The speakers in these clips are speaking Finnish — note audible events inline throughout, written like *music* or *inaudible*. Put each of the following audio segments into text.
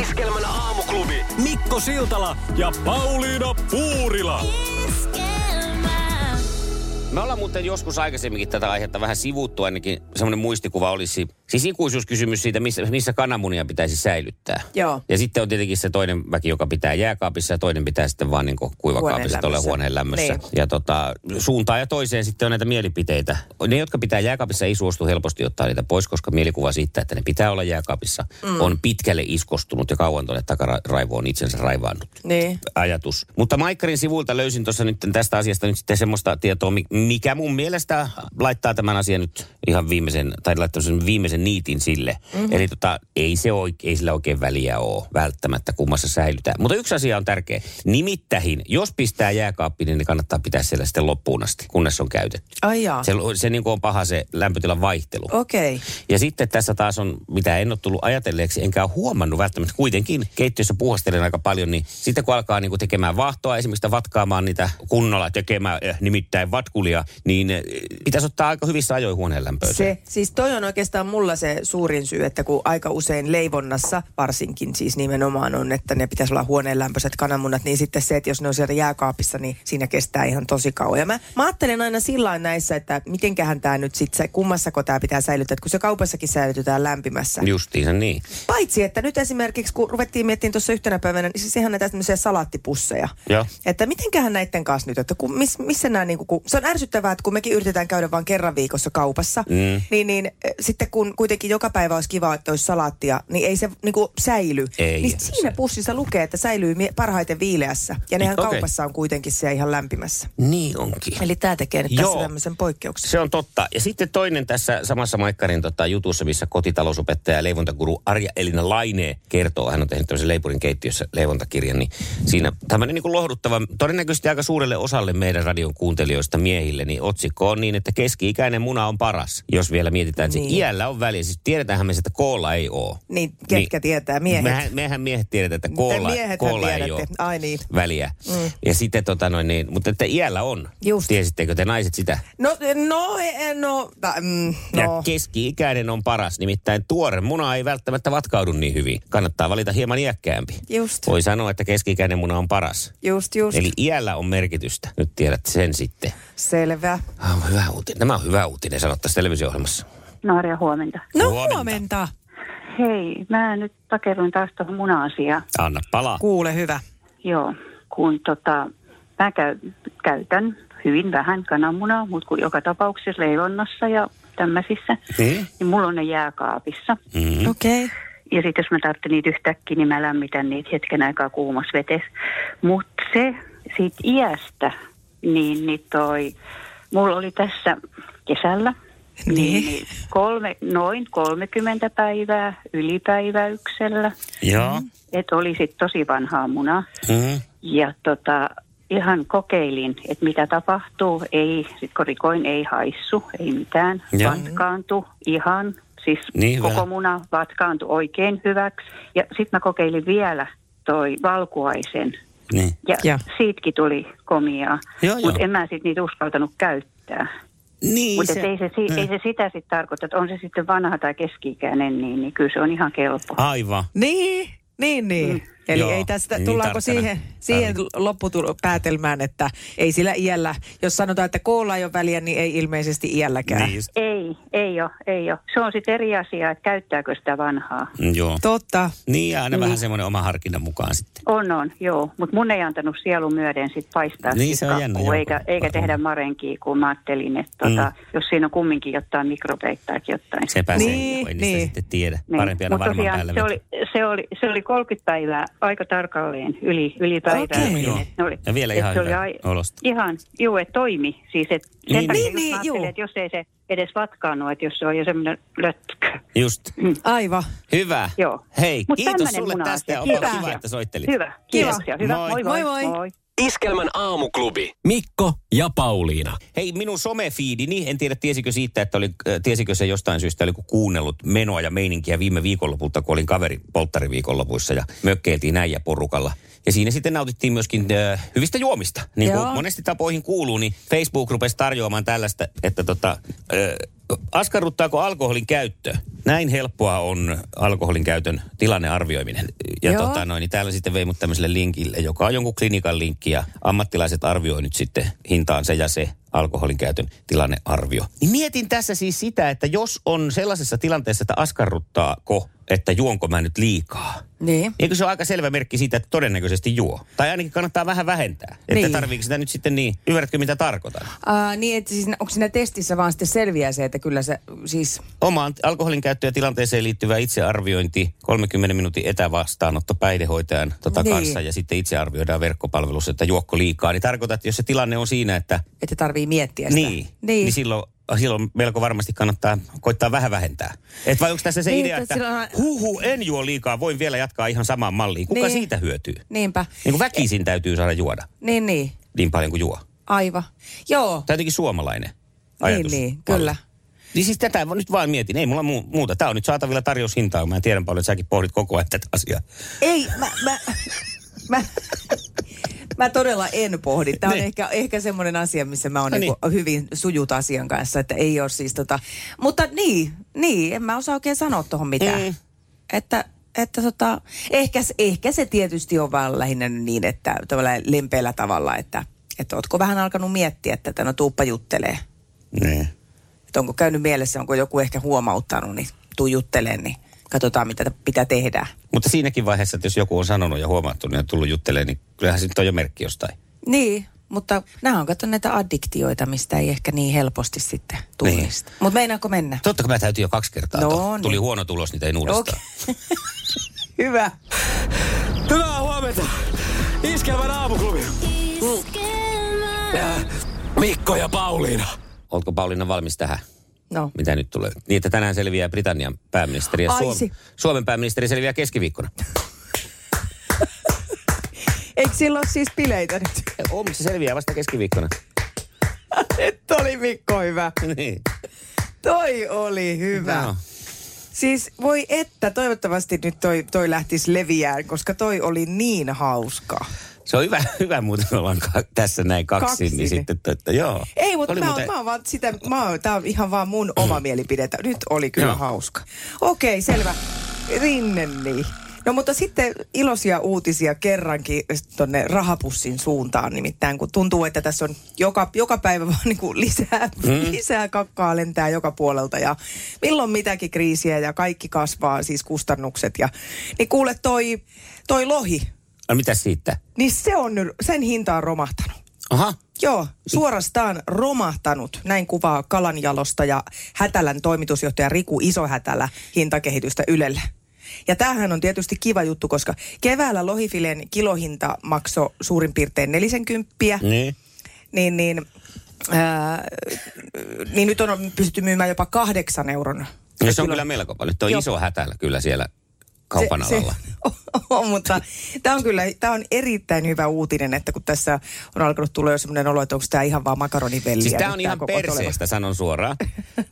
Iskelmän aamuklubi. Mikko Siltala ja Pauliina Puurila. Me ollaan muuten joskus aikaisemminkin tätä aihetta vähän sivuttu, ainakin semmoinen muistikuva olisi. Siis ikuisuuskysymys siitä, missä, missä kananmunia pitäisi säilyttää. Joo. Ja sitten on tietenkin se toinen väki, joka pitää jääkaapissa ja toinen pitää sitten vaan niin kuivakaapissa Huoneen tuolla lämmössä. huoneen lämmössä. Niin. Ja tota, suuntaan ja toiseen sitten on näitä mielipiteitä. Ne, jotka pitää jääkaapissa, ei suostu helposti ottaa niitä pois, koska mielikuva siitä, että ne pitää olla jääkaapissa, mm. on pitkälle iskostunut ja kauan tuonne takaraivoon itsensä raivaannut Niin. ajatus. Mutta Maikkarin sivuilta löysin tuossa nyt tästä asiasta nyt sitten semmoista tietoa, mi- mikä mun mielestä laittaa tämän asian nyt ihan viimeisen, tai laittaa sen viimeisen niitin sille. Mm-hmm. Eli tota, ei, se oike, ei sillä oikein väliä ole välttämättä, kummassa säilytään. Mutta yksi asia on tärkeä. Nimittäin, jos pistää jääkaappiin, niin ne kannattaa pitää siellä sitten loppuun asti, kunnes se on käytetty. Ai jaa. Se, se niin on paha se lämpötilan vaihtelu. Okei. Okay. Ja sitten tässä taas on, mitä en ole tullut ajatelleeksi, enkä ole huomannut välttämättä, kuitenkin keittiössä puuhastelen aika paljon, niin sitten kun alkaa niin kuin tekemään vahtoa, esimerkiksi sitä vatkaamaan niitä kunnolla tekemään, eh, nimittäin vatkulia, niin eh, pitäisi ottaa aika hyvissä ajoin huoneen lämpöön. Se, siis toi on oikeastaan mulla se suurin syy, että kun aika usein leivonnassa varsinkin siis nimenomaan on, että ne pitäisi olla huoneen lämpöiset kananmunat, niin sitten se, että jos ne on siellä jääkaapissa, niin siinä kestää ihan tosi kauan. Ja mä, mä ajattelen aina sillä lailla näissä, että mitenköhän tämä nyt sitten, kummassako tämä pitää säilyttää, että kun se kaupassakin säilytetään lämpimässä. Justiinsa niin. Paitsi, että nyt esimerkiksi, kun ruvettiin miettimään tuossa yhtenä päivänä, niin siis ihan näitä tämmöisiä salaattipusseja. Joo. Että mitenköhän näiden kanssa nyt, että kun, miss, missä nämä niinku, kun, se on ärsyttävää, että kun mekin yritetään käydä vain kerran viikossa kaupassa, mm. niin, niin äh, sitten kun kuitenkin joka päivä olisi kiva, että olisi salaattia, niin ei se niinku säily. Ei niin siinä se. pussissa lukee, että säilyy mie- parhaiten viileässä. Ja nehän Okei. okay. kaupassa on kuitenkin siellä ihan lämpimässä. Niin onkin. Eli tämä tekee nyt tässä Joo. tämmöisen poikkeuksen. Se on totta. Ja sitten toinen tässä samassa Maikkarin tota, jutussa, missä kotitalousopettaja ja leivontakuru Arja Elina Laine kertoo, hän on tehnyt tämmöisen leipurin keittiössä leivontakirjan, niin siinä tämmöinen niin kuin lohduttava, todennäköisesti aika suurelle osalle meidän radion kuuntelijoista miehille, niin otsikko on niin, että keski-ikäinen muna on paras, jos vielä mietitään, että niin. Niin. iällä on väliä. Siis tiedetäänhän me, se, että koolla ei ole. Niin, ketkä tietää, miehet. Mehän, mehän miehet tiedetään, että koolla, miehethän koolla ei tiedätte. ole Ai niin. väliä. Mm. Ja sitten tota noin, niin, mutta että iällä on. Just. Tiesittekö te naiset sitä? No, no, eh, no, ta, mm, Ja no. keski-ikäinen on paras, nimittäin tuore muna ei välttämättä vatkaudu niin hyvin. Kannattaa valita hieman iäkkäämpi. Just. Voi sanoa, että keski-ikäinen muna on paras. Just, just. Eli iällä on merkitystä. Nyt tiedät sen sitten. Selvä. Ah, on hyvä uutinen. Nämä on hyvä uutinen, sanottaisiin televisio-ohjelmassa. Naaria, huomenta. No Huomenta. huomenta. Hei, mä nyt takeruin taas tuohon muna-asiaan. Anna palaa. Kuule hyvä. Joo, kun tota, mä käy, käytän hyvin vähän kananmunaa, mutta kun joka tapauksessa leivonnassa ja tämmöisissä, Niin. niin mulla on ne jääkaapissa. Mm. Okei. Okay. Ja sitten jos mä tarvitsen niitä yhtäkkiä, niin mä lämmitän niitä hetken aikaa kuumassa vetessä. Mutta se siitä iästä, niin, niin toi, mulla oli tässä kesällä Niin. kolme, noin 30 päivää ylipäiväyksellä. Joo. Että oli sitten tosi vanhaa munaa. Mm. Ja tota, ihan kokeilin, että mitä tapahtuu. Ei, sit korikoin ei haissu, ei mitään. Joo. Vatkaantu ihan, siis Niin, niin hyvä. koko muna vatkaantu oikein hyväksi. Ja sitten mä kokeilin vielä toi valkuaisen. Niin. Ja, Ja. ja. siitäkin tuli komiaa, Joo, mutta joo. en mä sitten niitä uskaltanut käyttää. Niin Mutta ei, se, si- ei se sitä sitten tarkoita, että on se sitten vanha tai keski-ikäinen, niin, niin kyllä se on ihan kelpo. Aivan. Niin, niin, niin. Mm. Eli Joo, ei tästä, niin tullaanko tarkkana. siihen, siihen loppupäätelmään, että ei sillä iällä, jos sanotaan, että koolla ei ole väliä, niin ei ilmeisesti iälläkään. Niin just. Ei, ei ole, ei ole. Se on sitten eri asia, että käyttääkö sitä vanhaa. Mm, Joo. Totta. Niin ja aina Mm. vähän semmoinen oma harkinnan mukaan sitten. On, on, joo. Mutta mun ei antanut sielu myöden sit paistaa Niin, sit se on jännä, kakkua, joo. eikä, eikä tehdä marenkia, kun mä ajattelin, että tota, jos siinä on kumminkin jotain mikrobeita tai jotain. Sepä niin, se, Niin, ei niistä niin. sitten tiedä. Parempi aina Mut varman tosiaan päälle. se vetää. oli, se, oli, se oli 30 päivää aika tarkalleen yli, yli päivää. Okei. Joo. Et ne oli- Ja vielä et ihan se oli hyvä ai- olosta. Ihan, juu, että toimi. Siis, et sen Niin, niin, takia niin. niin, Niin, niin, juu. että jos ei se edes vatkaannut, että jos se on jo semmoinen lötkö. Just. Aivan. Hyvä. Joo. Hei, Mut kiitos tämmönen sulle mun tästä ja asia. onpa Kiitos. kiva, että soittelit. Hyvä, Kiva. kiitos ja hyvä. Moi. Moi Moi, moi. moi. moi. Iskelmän aamuklubi. Mikko ja Pauliina. Hei, minun somefiidini, en tiedä tiesikö siitä, että oli, äh, tiesikö se jostain syystä, oliko kuunnellut menoa ja meininkiä viime viikonlopulta, kun olin kaveri polttariviikonlopuissa ja mökkeiltiin äijä porukalla. Ja siinä sitten nautittiin myöskin äh, hyvistä juomista. Niin kuin Joo. monesti tapoihin kuuluu, niin Facebook rupesi tarjoamaan tällaista, että tota, äh, askarruttaako alkoholin käyttö? Näin helppoa on alkoholin käytön tilannearvioiminen. Ja Joo. tota noin, niin täällä sitten vei mut tämmöiselle linkille, joka on jonkun klinikan linkki ja ammattilaiset arvioi nyt sitten hintaan se ja se alkoholin käytön tilannearvio. Niin mietin tässä siis sitä, että jos on sellaisessa tilanteessa, että askarruttaako, että juonko mä nyt liikaa. Niin. Eikö se ole aika selvä merkki siitä, että todennäköisesti juo? Tai ainakin kannattaa vähän vähentää. Että Niin. niin. tarviiko sitä nyt sitten niin? Ymmärrätkö mitä tarkoitan? Aa, niin, että siis onko siinä testissä vaan sitten selviää se, että kyllä se siis... Omaan alkoholin käyttöön ja tilanteeseen liittyvä itsearviointi, 30 minuutin etävastaanotto päihdehoitajan tota Niin. niin. kanssa ja sitten itse arvioidaan verkkopalvelussa, että juokko liikaa. Niin tarkoitat, että jos se tilanne on siinä, että Että tarvii miettiä sitä. niin, niin. niin niin silloin, silloin melko varmasti kannattaa koittaa vähän vähentää. Et vai onko tässä se Niin, niin, idea, että että silloinhan- huhu, en juo liikaa, voin vielä jatkaa ihan samaan malliin. Kuka Niin. niin. siitä hyötyy? Niinpä. Niin kuin väkisin täytyy saada juoda Niin, niin. niin paljon kuin juo. Aivan. Joo. Tämä on jotenkin suomalainen Niin, ajatus. niin. Kyllä. Niin siis tätä nyt vaan mietin. Ei mulla mu- muuta. Tämä on nyt saatavilla tarjoushintaa. Mä tiedän paljon, että säkin pohdit koko ajan tätä asiaa. Ei, mä, mä, mä, mä todella en pohdi. Tämä on Niin. ehkä, ehkä semmoinen asia, missä mä oon No niin. hyvin sujut asian kanssa, että ei ole siis tota... Mutta niin, niin en mä osaa oikein sanoa tuohon mitään. Mm. Mm. Että, että tota, ehkä, se- ehkä se tietysti on vaan lähinnä niin, että tavallaan lempeällä tavalla, että, että ootko vähän alkanut miettiä tätä, no tuuppa juttelee. Niin. Että onko käynyt mielessä, onko joku ehkä huomauttanut, niin tuu juttelee, niin katsotaan mitä t- pitää tehdä. Mutta siinäkin vaiheessa, että jos joku on sanonut ja huomattu, niin on tullut juttelemaan, niin kyllähän se nyt on jo merkki jostain. Niin, mutta nämä on kato näitä addiktioita, mistä ei ehkä niin helposti sitten tunnista. Niin. Mutta meinaako mennä? Totta kai mä täytyy jo kaksi kertaa. No tuo. niin. Tuli huono tulos, niitä ei uudestaan. *laughs* Hyvä. Hyvää huomenta. Iskelmän aamuklubi. Äh, Mikko ja Pauliina. Oletko Pauliina valmis tähän? No, Mitä nyt tulee? Niin, että tänään selviää Britannian pääministeri ja Ai si- Suom- Suomen pääministeri selviää keskiviikkona. *laughs* eikö sillä ole siis bileitä nyt? *laughs* Oh, mutta se selviää vasta keskiviikkona. *laughs* nyt oli Mikko hyvä. niin. Toi oli hyvä. No. Siis voi että, toivottavasti nyt toi, toi lähtisi leviään, koska toi oli niin hauska. Se on hyvä, *laughs* hyvä muuten, me ollaan ka- tässä näin kaksi, kaksi. Kaksin. niin sitten, to- että joo. Ei, mutta Oli mä, muuten... mä oon vaan sitä, mä oon, tää on ihan vaan mun oma mielipide. Nyt oli kyllä Joo. hauska. Okei, selvä. Rinne niin. No mutta sitten iloisia uutisia kerrankin äh, tonne rahapussin suuntaan nimittäin, kun tuntuu, että tässä on joka, joka päivä *laughs* vaan niin kuin lisää, mm. lisää kakkaa lentää joka puolelta ja milloin mitäkin kriisiä ja kaikki kasvaa, siis kustannukset. Ja, niin kuule toi, toi lohi, No mitä siitä? niin se on nyt, sen hinta on romahtanut. Aha, Joo, suorastaan romahtanut. Näin kuvaa kalanjalosta ja Hätälän toimitusjohtaja Riku Isohätälä hintakehitystä Ylelle. Ja tämähän on tietysti kiva juttu, koska keväällä lohifilen kilohinta maksoi suurin piirtein 40, niin. niin, niin, ää, niin nyt on pystytty myymään jopa kahdeksan euron. No, se on kyllä melko paljon. Tuo Joo. on iso hätälä kyllä siellä kaupan se, alalla. *laughs* Se on, mutta tämä on kyllä tämä on erittäin hyvä uutinen, että kun tässä on alkanut tulla jo semmoinen olo, että onko tämä ihan vaan makaronivelliä. Siis tämä nyt on ihan koko toleva. perseestä, sanon *laughs* suoraan.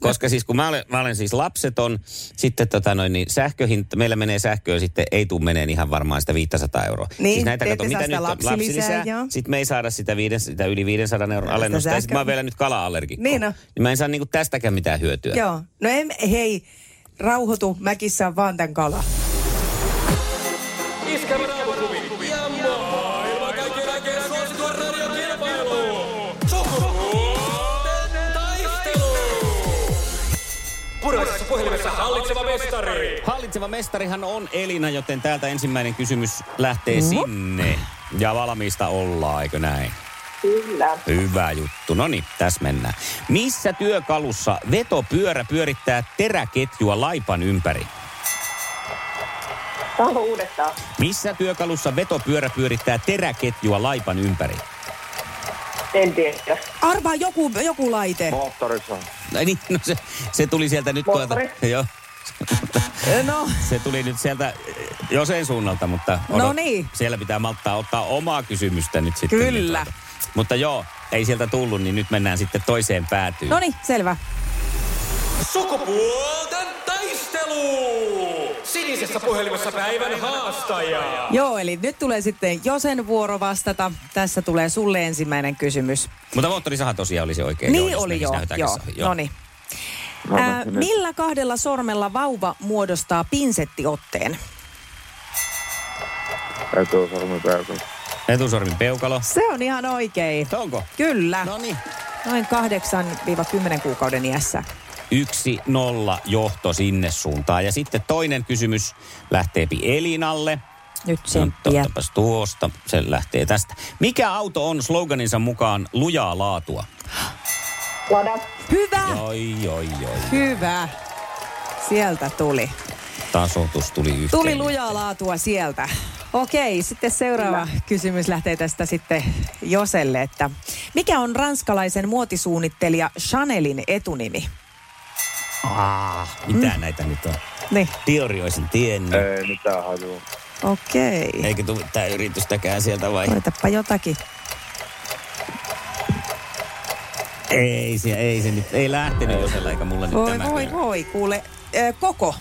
Koska siis kun mä olen, mä olen siis lapseton, sitten tota noin, niin sähköhinta, meillä menee sähköä sitten, ei tule meneen ihan varmaan sitä 500 euroa. Niin, siis näitä te ette kato, saa mitä sitä nyt on, lapsilisää, joo. Sitten me ei saada sitä, viiden, sitä yli 500 euron alennusta. Ja sähkö- sitten mä oon vielä nyt kala-allergikko. Niin on. niin mä en saa niinku tästäkään mitään hyötyä. Joo. No em, hei, rauhoitu, mäkissä on vaan tämän kala. Iskelmän aamuklubi. Ja maailman kaikkien aikeen suosituen radiokilpailu. Sukupuolten taistelu. Puraisessa puhelimessa hallitseva mestari. Hallitseva mestarihan on Elina, joten täältä ensimmäinen kysymys lähtee sinne. Ja valmiista ollaan, eikö näin? Kyllä. Hyvä juttu. No niin, tässä mennään. Missä työkalussa vetopyörä pyörittää teräketjua laipan ympäri? Saanko uudestaan? Missä työkalussa vetopyörä pyörittää teräketjua laipan ympäri? En tiedä. Arvaa joku, joku laite. No niin, no se, se tuli sieltä nyt Moottori. Joo, No, se tuli nyt sieltä eh, jo sen suunnalta, mutta No niin. siellä pitää malttaa ottaa omaa kysymystä nyt sitten. Kyllä. Tuota. Mutta joo, ei sieltä tullut, niin nyt mennään sitten toiseen päätyyn. no niin, selvä. Sukupuolten taistelu. Sinisessä puhelimessa päivän haastaja. Joo, eli nyt tulee sitten Josen vuoro vastata. Tässä tulee sulle ensimmäinen kysymys. Mutta moottorisaha tosiaan oli se oikein. Niin jos oli menisi joo, näytä joo. käsissä. joo. No niin. Ää, Ää, millä kahdella sormella vauva muodostaa pinsettiotteen? Täytyy olla sormi päässä. Etusormin peukalo. Se on ihan oikein. Onko? Kyllä. No niin. Noin 8-10 kuukauden iässä. Yksi nolla johto sinne suuntaan. Ja sitten toinen kysymys lähteepi Elinalle. Nyt No, senttiä. Ottapas tuosta, se lähtee tästä. Mikä auto on sloganinsa mukaan lujaa laatua? Lada. Hyvä! Oi, oi, oi. Hyvä. Sieltä tuli. Tasoitus tuli yhteen. Tuli lujaa laatua sieltä. Okei, sitten seuraava kysymys lähtee tästä sitten Joselle, että mikä on ranskalaisen muotisuunnittelija Chanelin etunimi? Ah, mitä mm. näitä nyt on? Niin, Diori olisi tiennyt. Ei mitään hajua. okei. Eikä tule mitään yritystäkään sieltä vai? Koetapa jotakin. Ei se, ei se nyt, ei lähtenyt Josella eikä mulla nyt Voi, tämä. voi, kyllä. voi, kuule. Ö, Koko.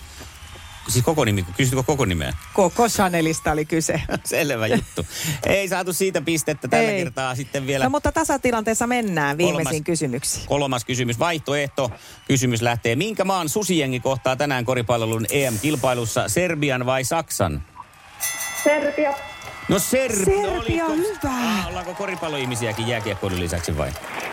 Siis koko nimi, kysytkö koko nimeä? *laughs* Koko Chanelista oli kyse. Selvä juttu. Ei saatu siitä pistettä tällä Ei. kertaa sitten vielä. No mutta tasatilanteessa mennään viimeisiin kysymyksiin. Kolmas kysymys, vaihtoehto. Kysymys lähtee, minkä maan susijengi kohtaa tänään koripallon EM-kilpailussa, Serbian vai Saksan? Serbia. No Serbi, Serbia, oliko- hyvä. Ah, ollaanko koripalloihmisiäkin jääkiekkoilun lisäksi vai?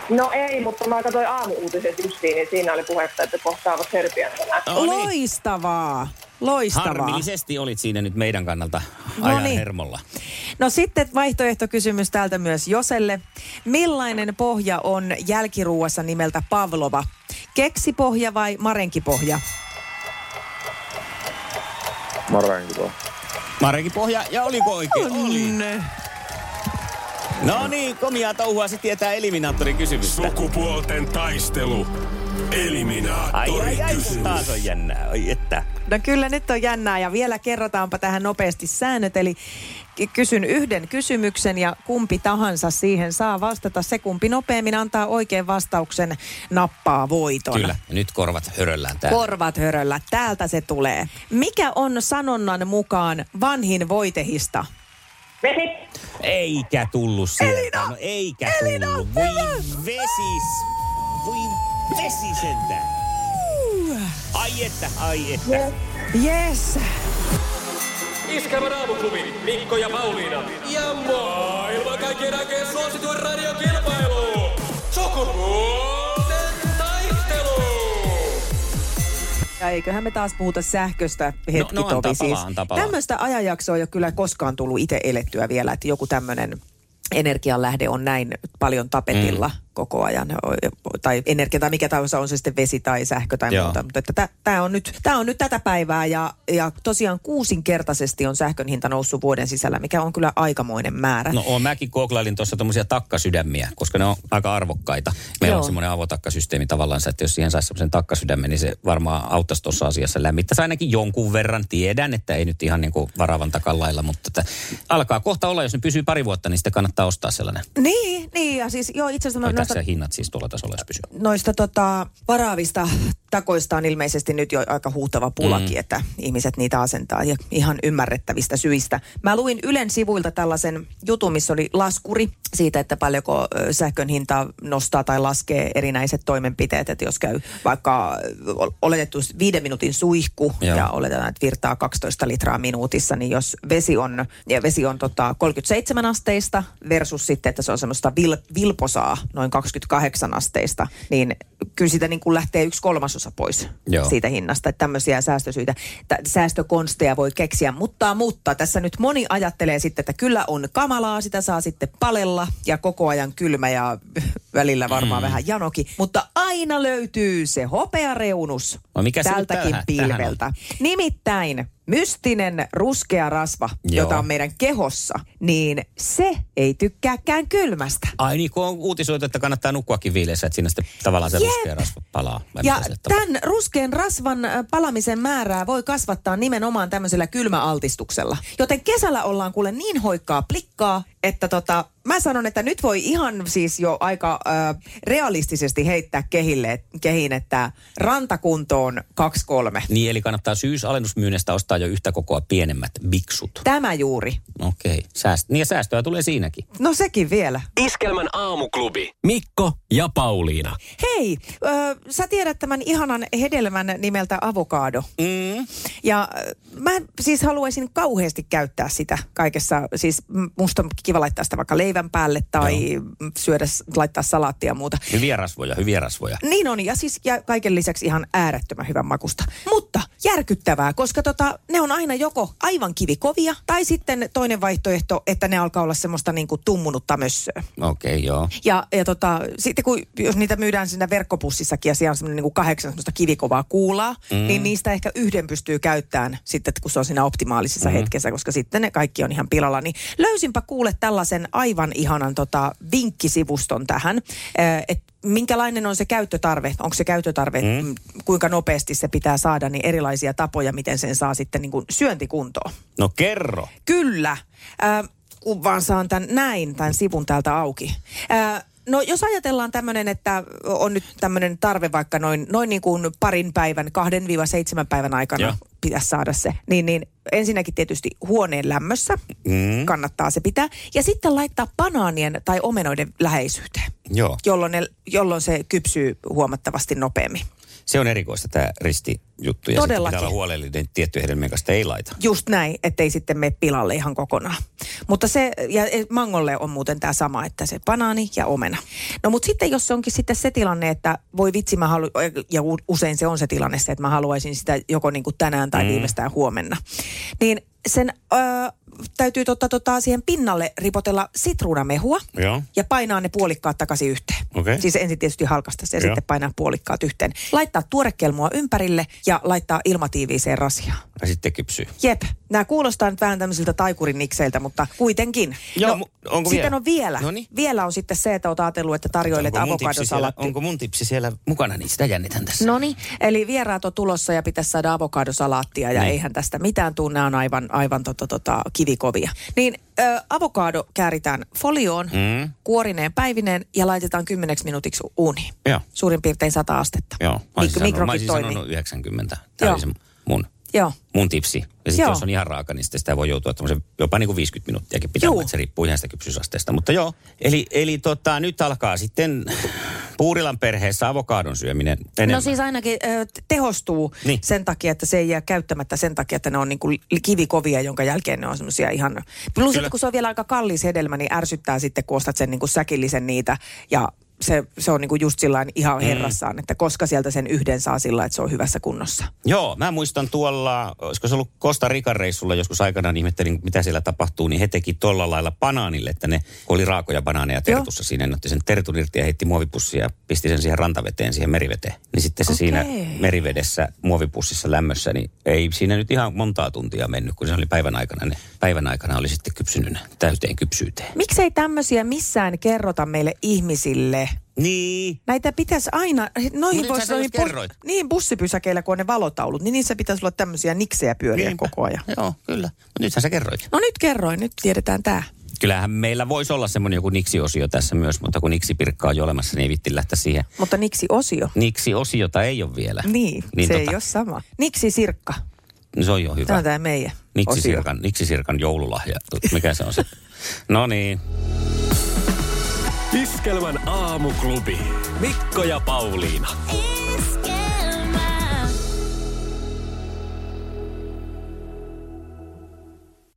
No ei, mutta mä katsoin aamu-uutiset justiin, niin siinä oli puhetta, että kohtaavat Serbian tänään. No niin. Loistavaa, loistavaa. Harmillisesti olit siinä nyt meidän kannalta No ajan niin. hermolla. No sitten vaihtoehtokysymys täältä myös Joselle. Millainen pohja on jälkiruuassa nimeltä Pavlova? Keksipohja vai marenkipohja? Marenkin vaan. Marekin pohja, ja oliko oikein? Oli. niin. No niin, komia touhua, se tietää eliminaattorin kysymystä. Sukupuolten taistelu. Ai, ai, ai, Eliminaattorikysymys. taas on jännää, oi että. No kyllä nyt on jännää ja vielä kerrataanpa tähän nopeasti säännöt. Eli k- kysyn yhden kysymyksen ja kumpi tahansa siihen saa vastata. Se kumpi nopeammin antaa oikean vastauksen nappaa voiton. Kyllä, ja nyt korvat höröllään täällä. Korvat höröllä, täältä se tulee. Mikä on sanonnan mukaan vanhin voitehista? Vesi. Eikä tullut sieltä. Elina! No eikä Elina, tullut. Voi vesis. Voi vesi sentään. Ai että, ai että. Yes. Iskävä raamuklubi, Mikko ja Pauliina. Ja maailman kaikkien aikeen suosituen radiokilpailu. Sukupuolten taistelu. Ja eiköhän me taas puhuta sähköstä hetki No, no, tovi antaa palaa, siis. antaa palaa. Tämmöistä ajanjaksoa ei ole kyllä koskaan tullut itse elettyä vielä, että joku tämmöinen energianlähde on näin paljon tapetilla mm. koko ajan. O- Tai energia tai mikä tahansa on se sitten vesi tai sähkö tai Joo. Joo. muuta. Mutta että tämä on, nyt, tää on nyt tätä päivää ja, ja tosiaan kuusinkertaisesti on sähkön hinta noussut vuoden sisällä, mikä on kyllä aikamoinen määrä. No oon mäkin kooklailin tuossa tuommoisia takkasydämiä, koska ne on aika arvokkaita. Meillä Joo. on Joo. semmoinen avotakkasysteemi tavallaan, että jos siihen saisi semmoisen takkasydämen, niin se varmaan auttaisi tuossa asiassa lämmittäisi ainakin jonkun verran. Tiedän, että ei nyt ihan niin kuin varavan takalailla, mutta että alkaa kohta olla, jos ne pysyy pari vuotta, niin sitten kannattaa ostaa sellainen. Niin, niin ja siis joo itse asiassa mä No, noista- tässä hinnat siis tuolla tasolla, jos pysyy. noista tota, varaavista takoista on ilmeisesti nyt jo aika huutava pulakin, mm. että ihmiset niitä asentaa ja ihan ymmärrettävistä syistä. Mä luin Ylen sivuilta tällaisen jutun, missä oli laskuri siitä, että paljonko ö, sähkön hintaa nostaa tai laskee erinäiset toimenpiteet. Että jos käy vaikka ö, ol- oletettu viiden minuutin suihku Joo. Joo. ja oletetaan, että virtaa 12 litraa minuutissa, niin jos vesi on, ja vesi on tota 37 asteista versus sitten, että se on semmoista vil, vilposaa noin 28 asteista, niin kyllä siitä niin kuin lähtee yksi kolmasosa pois Joo. Joo. siitä hinnasta. Että tämmöisiä säästösyitä, tä- säästökonsteja voi keksiä, mutta, mutta tässä nyt moni ajattelee sitten, että kyllä on kamalaa, sitä saa sitten palella ja koko ajan kylmä ja *laughs* välillä varmaan mm. vähän janoki, mutta aina löytyy se hopeareunus No mikä se nyt tältäkin tähän- pilveltä. tähän on? Äh, Nimittäin mystinen ruskea rasva, Joo. Joo. jota on meidän kehossa, niin se ei tykkääkään kylmästä. Ai niin, kun on uutisoitu, että kannattaa nukkuakin viileissä, että siinä sitten tavallaan se Jep. ruskea rasva palaa. Vai Ja mitä sille tapahtuu? tämän ruskean rasvan äh, palamisen määrää voi kasvattaa nimenomaan tämmöisellä kylmäaltistuksella. Joten kesällä ollaan kuule niin hoikkaa plikkaa, että tota, mä sanon, että nyt voi ihan siis jo aika ö, realistisesti heittää kehille, kehin, että rantakunto on 2-3. Niin, eli kannattaa syysalennusmyynnistä ostaa jo yhtä kokoa pienemmät biksut. Tämä juuri. Okei, okay. Sääst- niin ja säästöä tulee siinäkin. No sekin vielä. Iskelmän aamuklubi. Mikko ja Pauliina. Hei, ö, sä tiedät tämän ihanan hedelmän nimeltä avokaado. Mm. Ja ö, mä siis haluaisin kauheasti käyttää sitä kaikessa. Siis m- musta on kiva laittaa sitä vaikka leivän päälle tai no. syödä, s- laittaa salaattia ja muuta. Hyviä rasvoja, hyviä rasvoja. Niin on, ja siis ja kaiken lisäksi ihan äärettömän hyvän makusta. Mutta järkyttävää, koska tota, ne on aina joko aivan kivikovia, tai sitten toinen vaihtoehto, että ne alkaa olla semmoista niinku tummunutta mössöä. Okei, okay, joo. Ja, ja tota, sitten kun, jos niitä myydään siinä verkkopussissakin ja siellä on semmoinen niin kahdeksan semmoista kivikovaa kuulaa, mm. niin niistä ehkä yhden pystyy käyttämään sitten, kun se on siinä optimaalisessa mm. hetkessä, koska sitten ne kaikki on ihan pilalla. Niin löysinpä kuule tällaisen aivan ihanan tota, vinkkisivuston tähän, eh, että minkälainen on se käyttötarve, onko se käyttötarve, mm. kuinka nopeasti se pitää saada, niin erilaisia tapoja, miten sen saa sitten niin kuin syöntikuntoon. No kerro. Kyllä. Äh, kun vaan saan tämän näin, tämän sivun täältä auki. Äh, No jos ajatellaan tämmöinen, että on nyt tämmöinen tarve vaikka noin, noin niin kuin parin päivän, kahden viiva seitsemän päivän aikana Joo. ja. pitäisi saada se, niin, niin ensinnäkin tietysti huoneen lämmössä Mm. mm. kannattaa se pitää. Ja sitten laittaa banaanien tai omenoiden läheisyyteen, Joo. jolloin, ne, jolloin se kypsyy huomattavasti nopeammin. Se on erikoista tämä ristijuttu. Ja sitten Todellakin. pitää olla huolellinen tietty hedelmien kanssa, että ei laita. Just näin, ettei sitten mene pilalle ihan kokonaan. Mutta se, ja e, mangolle on muuten tämä sama, että se banaani ja omena. No mutta sitten jos se onkin sitten se tilanne, että voi vitsi mä halu, e, ja u- usein se on se tilanne se, että mä haluaisin sitä joko niin kuin tänään tai mm. viimeistään huomenna. Niin sen ö, täytyy totta, tota, siihen pinnalle ripotella sitruunamehua Joo. ja painaa ne puolikkaat takaisin yhteen. Okei. Siis ensin tietysti halkasta se ja Joo. sitten painaa puolikkaat yhteen. Laittaa tuorekelmua ympärille ja laittaa ilmatiiviiseen rasiaan. Ja sitten kypsyy. Jep, nämä kuulostaa nyt vähän tämmöisiltä taikurinnikseiltä, mutta kuitenkin. No, Joo, mu- onko sitten vielä? on vielä. Noniin. Vielä on sitten se, että oot ajatellut, että tarjoilet Onko mun tipsi siellä- avokadosalaattia. Onko mun tipsi siellä mukana, niin sitä jännitän tässä. No niin, eli vieraat on tulossa ja pitäisi saada avokadosalaattia ja Niin. niin. eihän tästä mitään tule, nämä on aivan, aivan tota, tota, kivikovia. Niin ö, avokado kääritään folioon, Mm. mm. kuorineen päivineen ja laitetaan kymmeneksi minuutiksi uuniin. Joo. Suurin piirtein 100 astetta. Joo. Mä Mik- olisin sanonut, mä mikrofit olisin toimii. sanonut 90. Tämä Joo. oli se mun, Joo. mun tipsi. Ja sitten Joo. jos on ihan raaka, niin sitten sitä voi joutua tämmöisen jopa niin kuin 50 minuuttiakin pitämään. Juu. että Se riippuu ihan sitä kypsyysasteesta. Mutta joo, eli, eli tota, nyt alkaa sitten Puurilan perheessä avokadon syöminen enemmän. No siis ainakin ö, t- tehostuu Niin. niin. sen takia, että se ei jää käyttämättä sen takia, että ne on niinku li- kivikovia, jonka jälkeen ne on semmoisia ihan... Plus, Kyllä. että kun se on vielä aika kallis hedelmä, niin ärsyttää sitten, kun ostat sen niinku säkillisen niitä ja se, se on niinku just sillä ihan Mm. herrassaan, että koska sieltä sen yhden saa sillä, että se on hyvässä kunnossa. Joo, mä muistan tuolla, olisiko se ollut Costa Rican reissulla joskus aikanaan, ihmettelin mitä siellä tapahtuu, niin he teki tolla lailla banaanille, että ne kun oli raakoja banaaneja tertussa siinä, ne otti sen tertun irti ja heitti muovipussia ja pisti sen siihen rantaveteen, siihen meriveteen. Niin sitten se Okei. siinä merivedessä muovipussissa lämmössä, niin ei siinä nyt ihan montaa tuntia mennyt, kun se oli päivän aikana. Ne päivän aikana oli sitten kypsynyt ne täyteen kypsyyteen. Miksei tämmöisiä missään kerrota meille ihmisille? Niin, Näitä pitäisi aina, nyt noihin sä voisi, sen noihin just kerroit. niin bussipysäkeillä, kun on ne valotaulut, niin niissä pitäisi olla tämmöisiä niksejä pyöriä Niinpä. koko ajan. Niin. joo, kyllä. Mutta nythän sä kerroit. No nyt kerroin, nyt tiedetään tämä. Kyllähän meillä voisi olla semmoinen joku niksi-osio tässä myös, mutta kun niksi-pirkkaa on jo olemassa, niin ei vitti lähteä siihen. Mutta niksi osio. Niksi-osiota ei ole vielä. Niin, niin se tota, ei ole sama. Niksi sirkka. No se on jo Tämä hyvä. on tämä meidän Niksi osio. sirkan, niksi sirkan joululahja. Mikä se *laughs* on se? no niin. Iskelmän aamuklubi. Mikko ja Pauliina. Iskelmä.